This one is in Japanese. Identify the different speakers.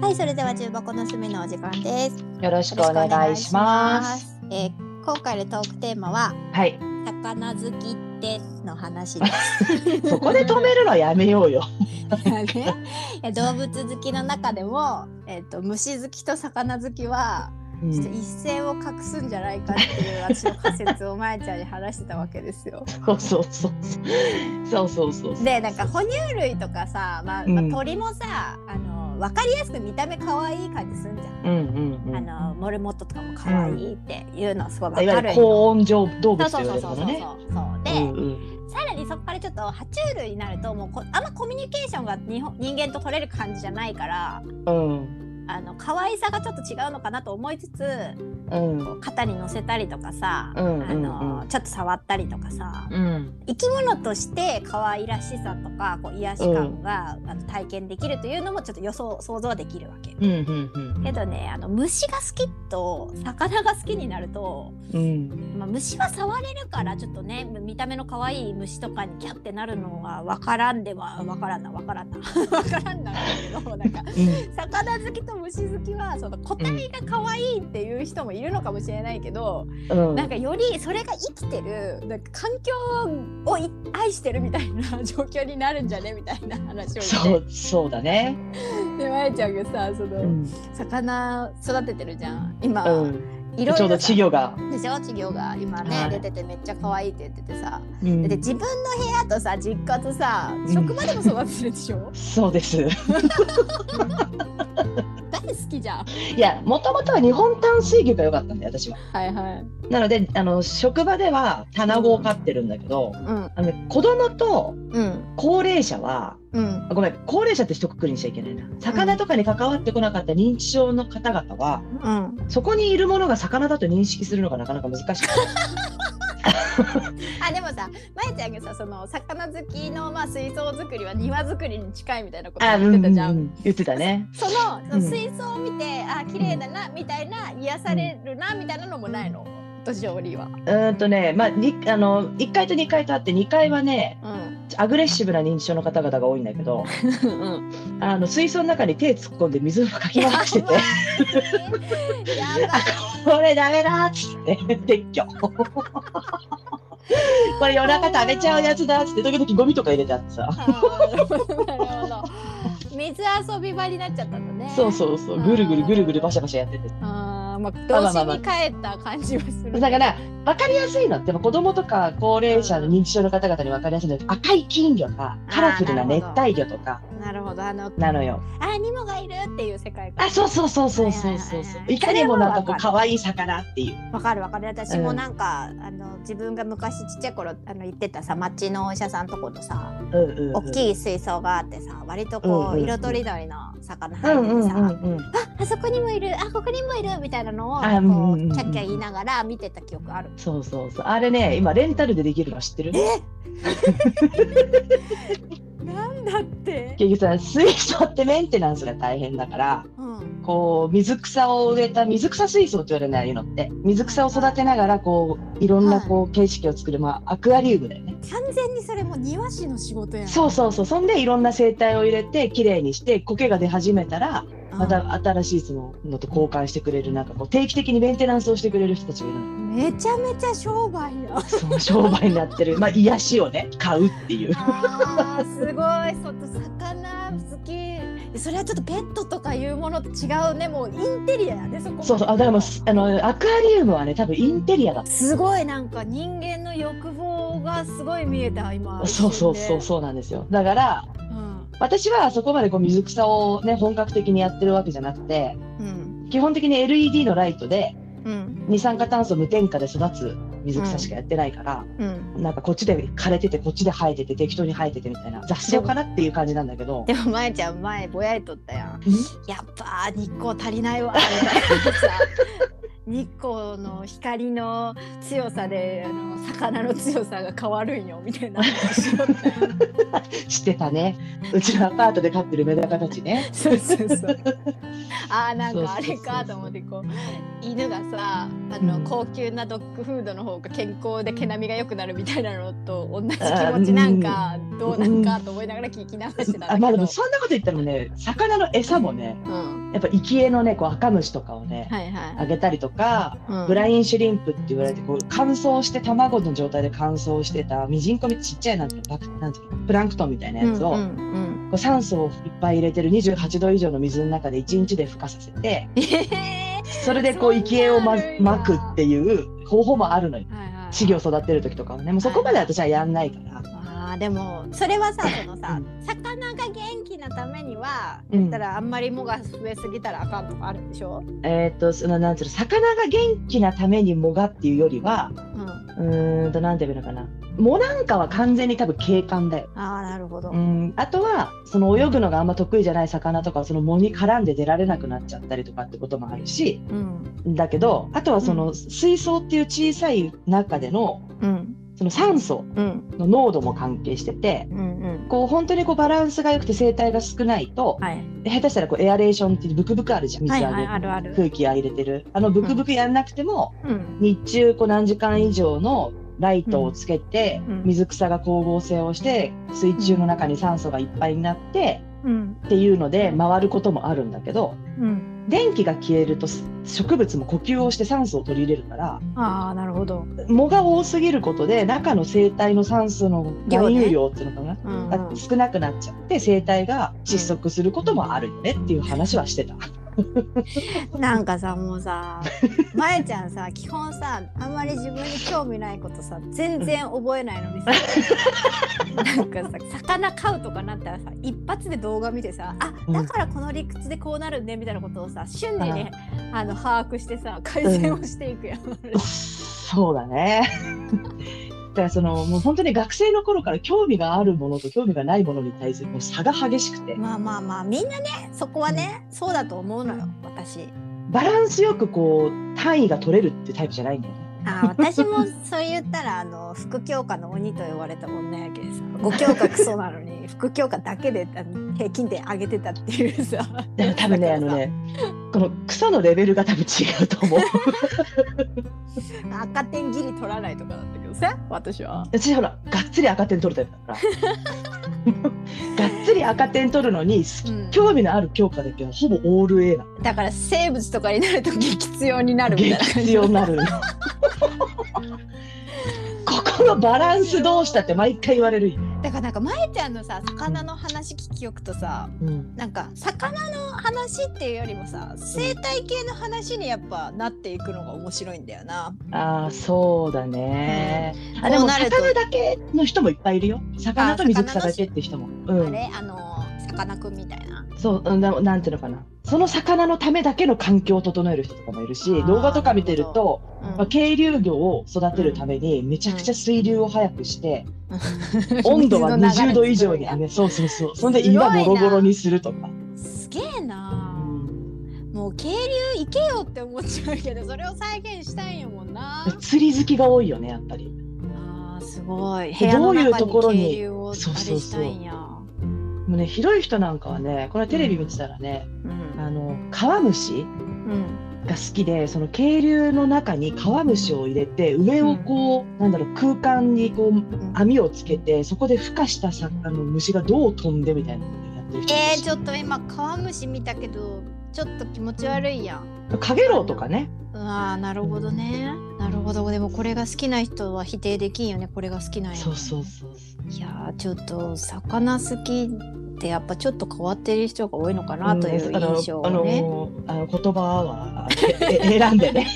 Speaker 1: はい、それでは重箱の隅のお時間です。
Speaker 2: よろしくお
Speaker 1: よろし
Speaker 2: 願いします。
Speaker 1: くお願いします。えー今回のトークテーマは
Speaker 2: はい、
Speaker 1: 魚好きっての話です。
Speaker 2: そこで止めるのやめよう よ。
Speaker 1: ね、いや動物好きの中でも、えっ、と虫好きと魚好きは
Speaker 2: うん
Speaker 1: ちょっと一線を画すんじゃないかっていう私の仮説をまえちゃんに話してたわけです よ。
Speaker 2: そうそうそう。そうそうそうそう。
Speaker 1: でなんか哺乳類とかさ、まあまあ
Speaker 2: うん
Speaker 1: 鳥もさ、あの分かりやすく見た目可愛い感じすんじゃん。
Speaker 2: うんうんうん。
Speaker 1: あのモルモットとかも可愛いっていうのはすごい
Speaker 2: い
Speaker 1: 分かる
Speaker 2: わゆる
Speaker 1: の
Speaker 2: 高温上動物と
Speaker 1: そう
Speaker 2: 言わ
Speaker 1: そ
Speaker 2: れ
Speaker 1: う
Speaker 2: る
Speaker 1: そ
Speaker 2: も
Speaker 1: うそ
Speaker 2: の
Speaker 1: うそ
Speaker 2: ね。
Speaker 1: うで、
Speaker 2: うんうん
Speaker 1: さらにそこからちょっと爬虫類になるともうこあんまコミュニケーションが日本人間と取れる感じじゃないから
Speaker 2: うん
Speaker 1: あの可愛さがちょっと違うのかなと思いつつ
Speaker 2: うん
Speaker 1: 肩に乗せたりとかさ、
Speaker 2: うんうんうん
Speaker 1: あのちょっと触ったりとかさ
Speaker 2: うん
Speaker 1: 生き物として可愛らしさとかこう癒し感が、あの体験できるというのもちょっと予想想像はできるわけ。
Speaker 2: うんうんうん
Speaker 1: けどねあの虫が好きと魚が好きになると、
Speaker 2: うん
Speaker 1: まあ、虫は触れるからちょっとね見た目の可愛い虫とかにキャッてなるのは分からんでは分からんな分からんな 分からんなんだけどなんか
Speaker 2: うん
Speaker 1: 魚好きと虫好きはその個体が可愛いっていう人もいるのかもしれないけど、
Speaker 2: うん
Speaker 1: なんかよりそれが生きてるなんか環境をい愛してるみたいな状況になるんじゃねみたいな話を
Speaker 2: そ
Speaker 1: して
Speaker 2: うそうだね。
Speaker 1: でまえちゃんがさそうの
Speaker 2: ん
Speaker 1: 魚育ててるじゃん今、
Speaker 2: うん。
Speaker 1: いろいろ
Speaker 2: ちょうど
Speaker 1: さ
Speaker 2: 稚魚が。
Speaker 1: でしょ稚魚が今ね、
Speaker 2: はい
Speaker 1: 出ててめっちゃ可愛いって言っててさ、
Speaker 2: うん
Speaker 1: で自分の部屋とさ実家とさ
Speaker 2: ん
Speaker 1: 職場でも育ててるでし ょ、
Speaker 2: そうです。
Speaker 1: 大好きじゃん
Speaker 2: いや、もともとは日本淡水魚が良かったんで、私は。
Speaker 1: はいはい
Speaker 2: なので、あの職場では棚子を飼ってるんだけど、
Speaker 1: うん
Speaker 2: あのね子供と
Speaker 1: うん
Speaker 2: 高齢者は
Speaker 1: うん
Speaker 2: あごめん高齢者って一括りにしちゃいけないな魚とかに関わってこなかった認知症の方々は
Speaker 1: うん
Speaker 2: そこにいるものが魚だと認識するのがなかなか難 しい
Speaker 1: あでもさまえちゃんがさその魚好きの、まあ、水槽作りは庭作りに近いみたいなこと言ってたじゃん。
Speaker 2: 言ってたね
Speaker 1: そのそうの
Speaker 2: ん
Speaker 1: 水槽を見て、あ綺麗だなみたいな癒されるな、みたいなのもないの年寄りは。
Speaker 2: うーんとね、まあ、にあの1階と2階とあって2階はね
Speaker 1: うん
Speaker 2: アグレッシブな認知症の方々が多いんだけど
Speaker 1: うん、
Speaker 2: あの水槽の中に手突っ込んで水をかき回してて
Speaker 1: やばいや ばい
Speaker 2: 「 これダメだ」っつって撤去 これ夜中食べちゃうやつだっつって時々ゴミとか入れてあってさ
Speaker 1: あーなるほど水遊び場になっちゃったんだね。
Speaker 2: そうそうそうぐるぐるぐるぐるバシャバシャやってて
Speaker 1: あーまあ、
Speaker 2: ま
Speaker 1: 童
Speaker 2: あまあま
Speaker 1: 心
Speaker 2: あ
Speaker 1: に帰った感じはする。
Speaker 2: だから分かりやすいのって子供とか高齢者の認知症の方々に分かりやすいのって赤い金魚かカラフルな熱帯魚とか
Speaker 1: なるほどあの
Speaker 2: なのよ。
Speaker 1: あニモがいるっていう世界観
Speaker 2: あそうそうそうそうそうそう
Speaker 1: はいはいはいは
Speaker 2: そう
Speaker 1: い
Speaker 2: いかにもなんか
Speaker 1: そ
Speaker 2: こう
Speaker 1: れ
Speaker 2: 可愛い魚っていう。
Speaker 1: わかるわかる私も
Speaker 2: うん
Speaker 1: なんか、あの自分が昔ちっちゃい頃あの行ってたさ町のお医者さんとこのさ
Speaker 2: うんうんうん、
Speaker 1: 大
Speaker 2: い。
Speaker 1: きい水槽があってさ割とこ
Speaker 2: うんうん
Speaker 1: う
Speaker 2: うん
Speaker 1: 色とりどりの魚
Speaker 2: うん
Speaker 1: 入ってて
Speaker 2: うんう
Speaker 1: さ、
Speaker 2: んうん。
Speaker 1: あそこにもいるあここにもいるみたいなのをこ
Speaker 2: あうんうんうんうん
Speaker 1: うキャッキャ言いながら見てた記憶ある。
Speaker 2: そうそうそう。あれね今レンタルでできるの知ってる？
Speaker 1: なんだって、
Speaker 2: 結局さ水槽ってメンテナンスが大変だから。
Speaker 1: うん、
Speaker 2: こう水草を植えた水草水槽って言われるのああいうのって水草を育てながらこういろんなこう景色を作る、まあ、アクアリウムだよね
Speaker 1: 完全にそれもう庭師の仕事やん
Speaker 2: そうそうそうそんでいろんな生態を入れて綺麗にして苔が出始めたらまた新しいそののと交換してくれるなんかこう定期的にメンテナンスをしてくれる人たちがいるの
Speaker 1: うんめちゃめちゃ商売や
Speaker 2: その商売になってるまあ癒しをね買うっていう
Speaker 1: あーすごいそっと魚好きそれはちょっとペットとかいうものと違うねもうインテリアやねそこ
Speaker 2: そうそうあだからもう
Speaker 1: す
Speaker 2: あのアクアリウムはね多分インテリアだ
Speaker 1: ごいなんか人間の欲望がすごい見えた今
Speaker 2: そうそうそうそうなんですよだから
Speaker 1: うん
Speaker 2: 私はそこまでこう水草をね本格的にやってるわけじゃなくて
Speaker 1: うん
Speaker 2: 基本的に LED のライトで
Speaker 1: うん
Speaker 2: 二酸化炭素無添加で育つ水草しかやってないから、
Speaker 1: うん
Speaker 2: なんかこっちで枯れててこっちで生えてて適当に生えててみたいな雑草かなっていう感じなんだけど
Speaker 1: でもまえちゃん 前ぼやいとったやん
Speaker 2: ん
Speaker 1: やっぱ日光足りないわみたいなさ日光の光の強さであの魚の強さが変わるんよみたいな話を
Speaker 2: 知ってたね。うちのアパートで飼ってるメダカたちね。
Speaker 1: そうそうそう ああなんかあれかと
Speaker 2: そうそうそうそう
Speaker 1: 思ってこう犬がさあの、
Speaker 2: うん
Speaker 1: 高級なドッグフードの方が健康で毛並みが良くなるみたいなのと同じ気持ちなんかどうなんかと思いながら聞き流してた
Speaker 2: あ
Speaker 1: んだけど、
Speaker 2: まあでもそんなこと言ってもね魚の餌もね
Speaker 1: うん、
Speaker 2: やっぱ生き餌のねこう赤虫とかをね
Speaker 1: はいは
Speaker 2: あげたりとか
Speaker 1: い、うん
Speaker 2: ブラインシュリンプって言われてこう乾燥して卵の状態で乾燥してたミジンコみちっちゃいなんていうのバクなんていうのプランクトンみたいなやつを、
Speaker 1: うんうんうん
Speaker 2: こう酸素をいっぱい入れてる28度以上の水の中で1日で孵化させて
Speaker 1: ええ
Speaker 2: それでこ
Speaker 1: そんな
Speaker 2: う生き餌をま
Speaker 1: あるんや
Speaker 2: まくっていう方法もあるのよ
Speaker 1: はいはい
Speaker 2: 稚魚育てる時とかはねもうそこまで私はやんないから。
Speaker 1: あーでもそれ はさそのさ、
Speaker 2: う
Speaker 1: 魚が元気なためには、
Speaker 2: うん
Speaker 1: だったらあんまり藻が増えすぎたらあかんとかあるでしょ、
Speaker 2: えっ、と、その、なんつうの、魚が元気なために藻がっていうよりは、
Speaker 1: うん、あ
Speaker 2: うーんと、なんて言うのかな。藻なんかは完全に多分景観だよ。
Speaker 1: あなるほど、
Speaker 2: うん。あとは、その泳ぐのがあんま得意じゃない魚とか、その藻に絡んで出られなくなっちゃったりとかってこともあるし、
Speaker 1: うん
Speaker 2: だけど、あとはそうの、水槽っていう小さい中での、
Speaker 1: うん
Speaker 2: その酸素
Speaker 1: うん
Speaker 2: の濃度も関係してて、
Speaker 1: うんうん
Speaker 2: こう本当にこうバランスが良くて生態が少ないと、
Speaker 1: はい
Speaker 2: 下手したらこうエアレーションっていうブクブクあるじゃん水
Speaker 1: は
Speaker 2: あ
Speaker 1: い
Speaker 2: げ、
Speaker 1: はいあるある、
Speaker 2: 空気あ入れてるあのブクブクやんなくても、
Speaker 1: うん、
Speaker 2: 日中こう何時間以上のライトをつけて、
Speaker 1: うん
Speaker 2: 水草が光合成をして水中の中に酸素がいっぱいになって、
Speaker 1: うん
Speaker 2: っていうので回ることもあるんだけど
Speaker 1: うん
Speaker 2: 電気が消えるとす植物も呼吸をして酸素を取り入れるから
Speaker 1: ああなるほど、
Speaker 2: 藻が多すぎることで中の生態の酸素の含有量っていうのか
Speaker 1: う
Speaker 2: な、
Speaker 1: ん
Speaker 2: が少なくなっちゃって生態が窒息することもあるよねっていう話はしてた。
Speaker 1: なんかさもう さまえちゃんさ基本さあんまり自分に興味ないことさ全然覚えないのにさ なんかさ魚飼うとかなったらさ一発で動画見てさあ
Speaker 2: うん
Speaker 1: だからこの理屈でこうなるねみたいなことをさ瞬時にあの把握してさ改善をしていくやん。
Speaker 2: そうだね。 だからそのもう本当に学生の頃から興味があるものと興味がないものに対するもう差が激しくて
Speaker 1: まあまあまあみんなねそこはね、そうだと思うのよ私。
Speaker 2: バランスよくこう単位が取れるっていうタイプじゃないんだよね。
Speaker 1: あ私もそう言ったらあの副教科の鬼と呼ばれた女やけさ5教科クソなの に副教科だけであの平均点上げてたっていうさ
Speaker 2: だから多分ねあのねこの草のレベルが多分違うと思う。
Speaker 1: 赤点ギリ取らないとかだったけどさ私は
Speaker 2: 私ほらがっつり赤点取るタイプだ から。がっつり赤点取るのに好き
Speaker 1: うん
Speaker 2: 興味のある教科だけはほぼオール A なの
Speaker 1: だから生物とかになると激強になるみたいな感
Speaker 2: 激
Speaker 1: じ
Speaker 2: 強に なるの。ここのバランスどうしたって毎回言われるよ。
Speaker 1: だからなんか前ちゃんのさ魚の話聞きよくとさ
Speaker 2: うん
Speaker 1: なんか魚の話っていうよりもさ生態系の話にやっぱなっていくのが面白いんだよな。
Speaker 2: ああそうだね。あ
Speaker 1: こ
Speaker 2: で
Speaker 1: う
Speaker 2: も
Speaker 1: なると
Speaker 2: 魚だけの人もいっぱいいるよ。魚と水草だけって人も。う
Speaker 1: あ
Speaker 2: ん。
Speaker 1: れあのさかなクンみたいな。
Speaker 2: そううんななんていうのかな。その魚のためだけの環境を整える人とかもいるし
Speaker 1: あー、
Speaker 2: 動画とか見てる
Speaker 1: なる
Speaker 2: と、まあ、渓流魚を育てるためにめちゃくちゃ水流を速くして、 温度は20度以上に上げ、そうそうそう。そんです
Speaker 1: ごいな
Speaker 2: 岩ボロボロにするとか。
Speaker 1: すげえ
Speaker 2: う
Speaker 1: なあ
Speaker 2: ん
Speaker 1: もう渓流行けよって思っちゃうけどそれを再現したいんやもんな
Speaker 2: 釣り好きが多いよねやっぱり。
Speaker 1: あーすごい部
Speaker 2: で
Speaker 1: 屋の
Speaker 2: どういうとこ
Speaker 1: 中
Speaker 2: ろ
Speaker 1: に
Speaker 2: に
Speaker 1: 渓流をあれ
Speaker 2: そうそう
Speaker 1: し
Speaker 2: そう
Speaker 1: たいんや
Speaker 2: もうね広い人なんかはね、これテレビ見てたらね、
Speaker 1: うん
Speaker 2: あの川虫。
Speaker 1: うん
Speaker 2: が好きでその渓流の中に川虫を入れて上をこう、なんだろう空間にこう
Speaker 1: うん
Speaker 2: 網をつけてそこで孵化したさあの虫がどう飛んでみたいなのをやってる人
Speaker 1: えー、
Speaker 2: ち
Speaker 1: ちょっと今川虫見たけどちょっと気持ち悪いやん
Speaker 2: カゲロウとかね
Speaker 1: あーなるほどねなるほどでもこれが好きな人は否定できんよねこれが好きなんやね
Speaker 2: そうそうそうそう
Speaker 1: いやーちょっと魚好きってやっぱちょっと変わってる人が多いのかなとい
Speaker 2: ん
Speaker 1: う
Speaker 2: あの
Speaker 1: 印象
Speaker 2: あ
Speaker 1: を
Speaker 2: の
Speaker 1: ね、
Speaker 2: あの言葉はええ選んでね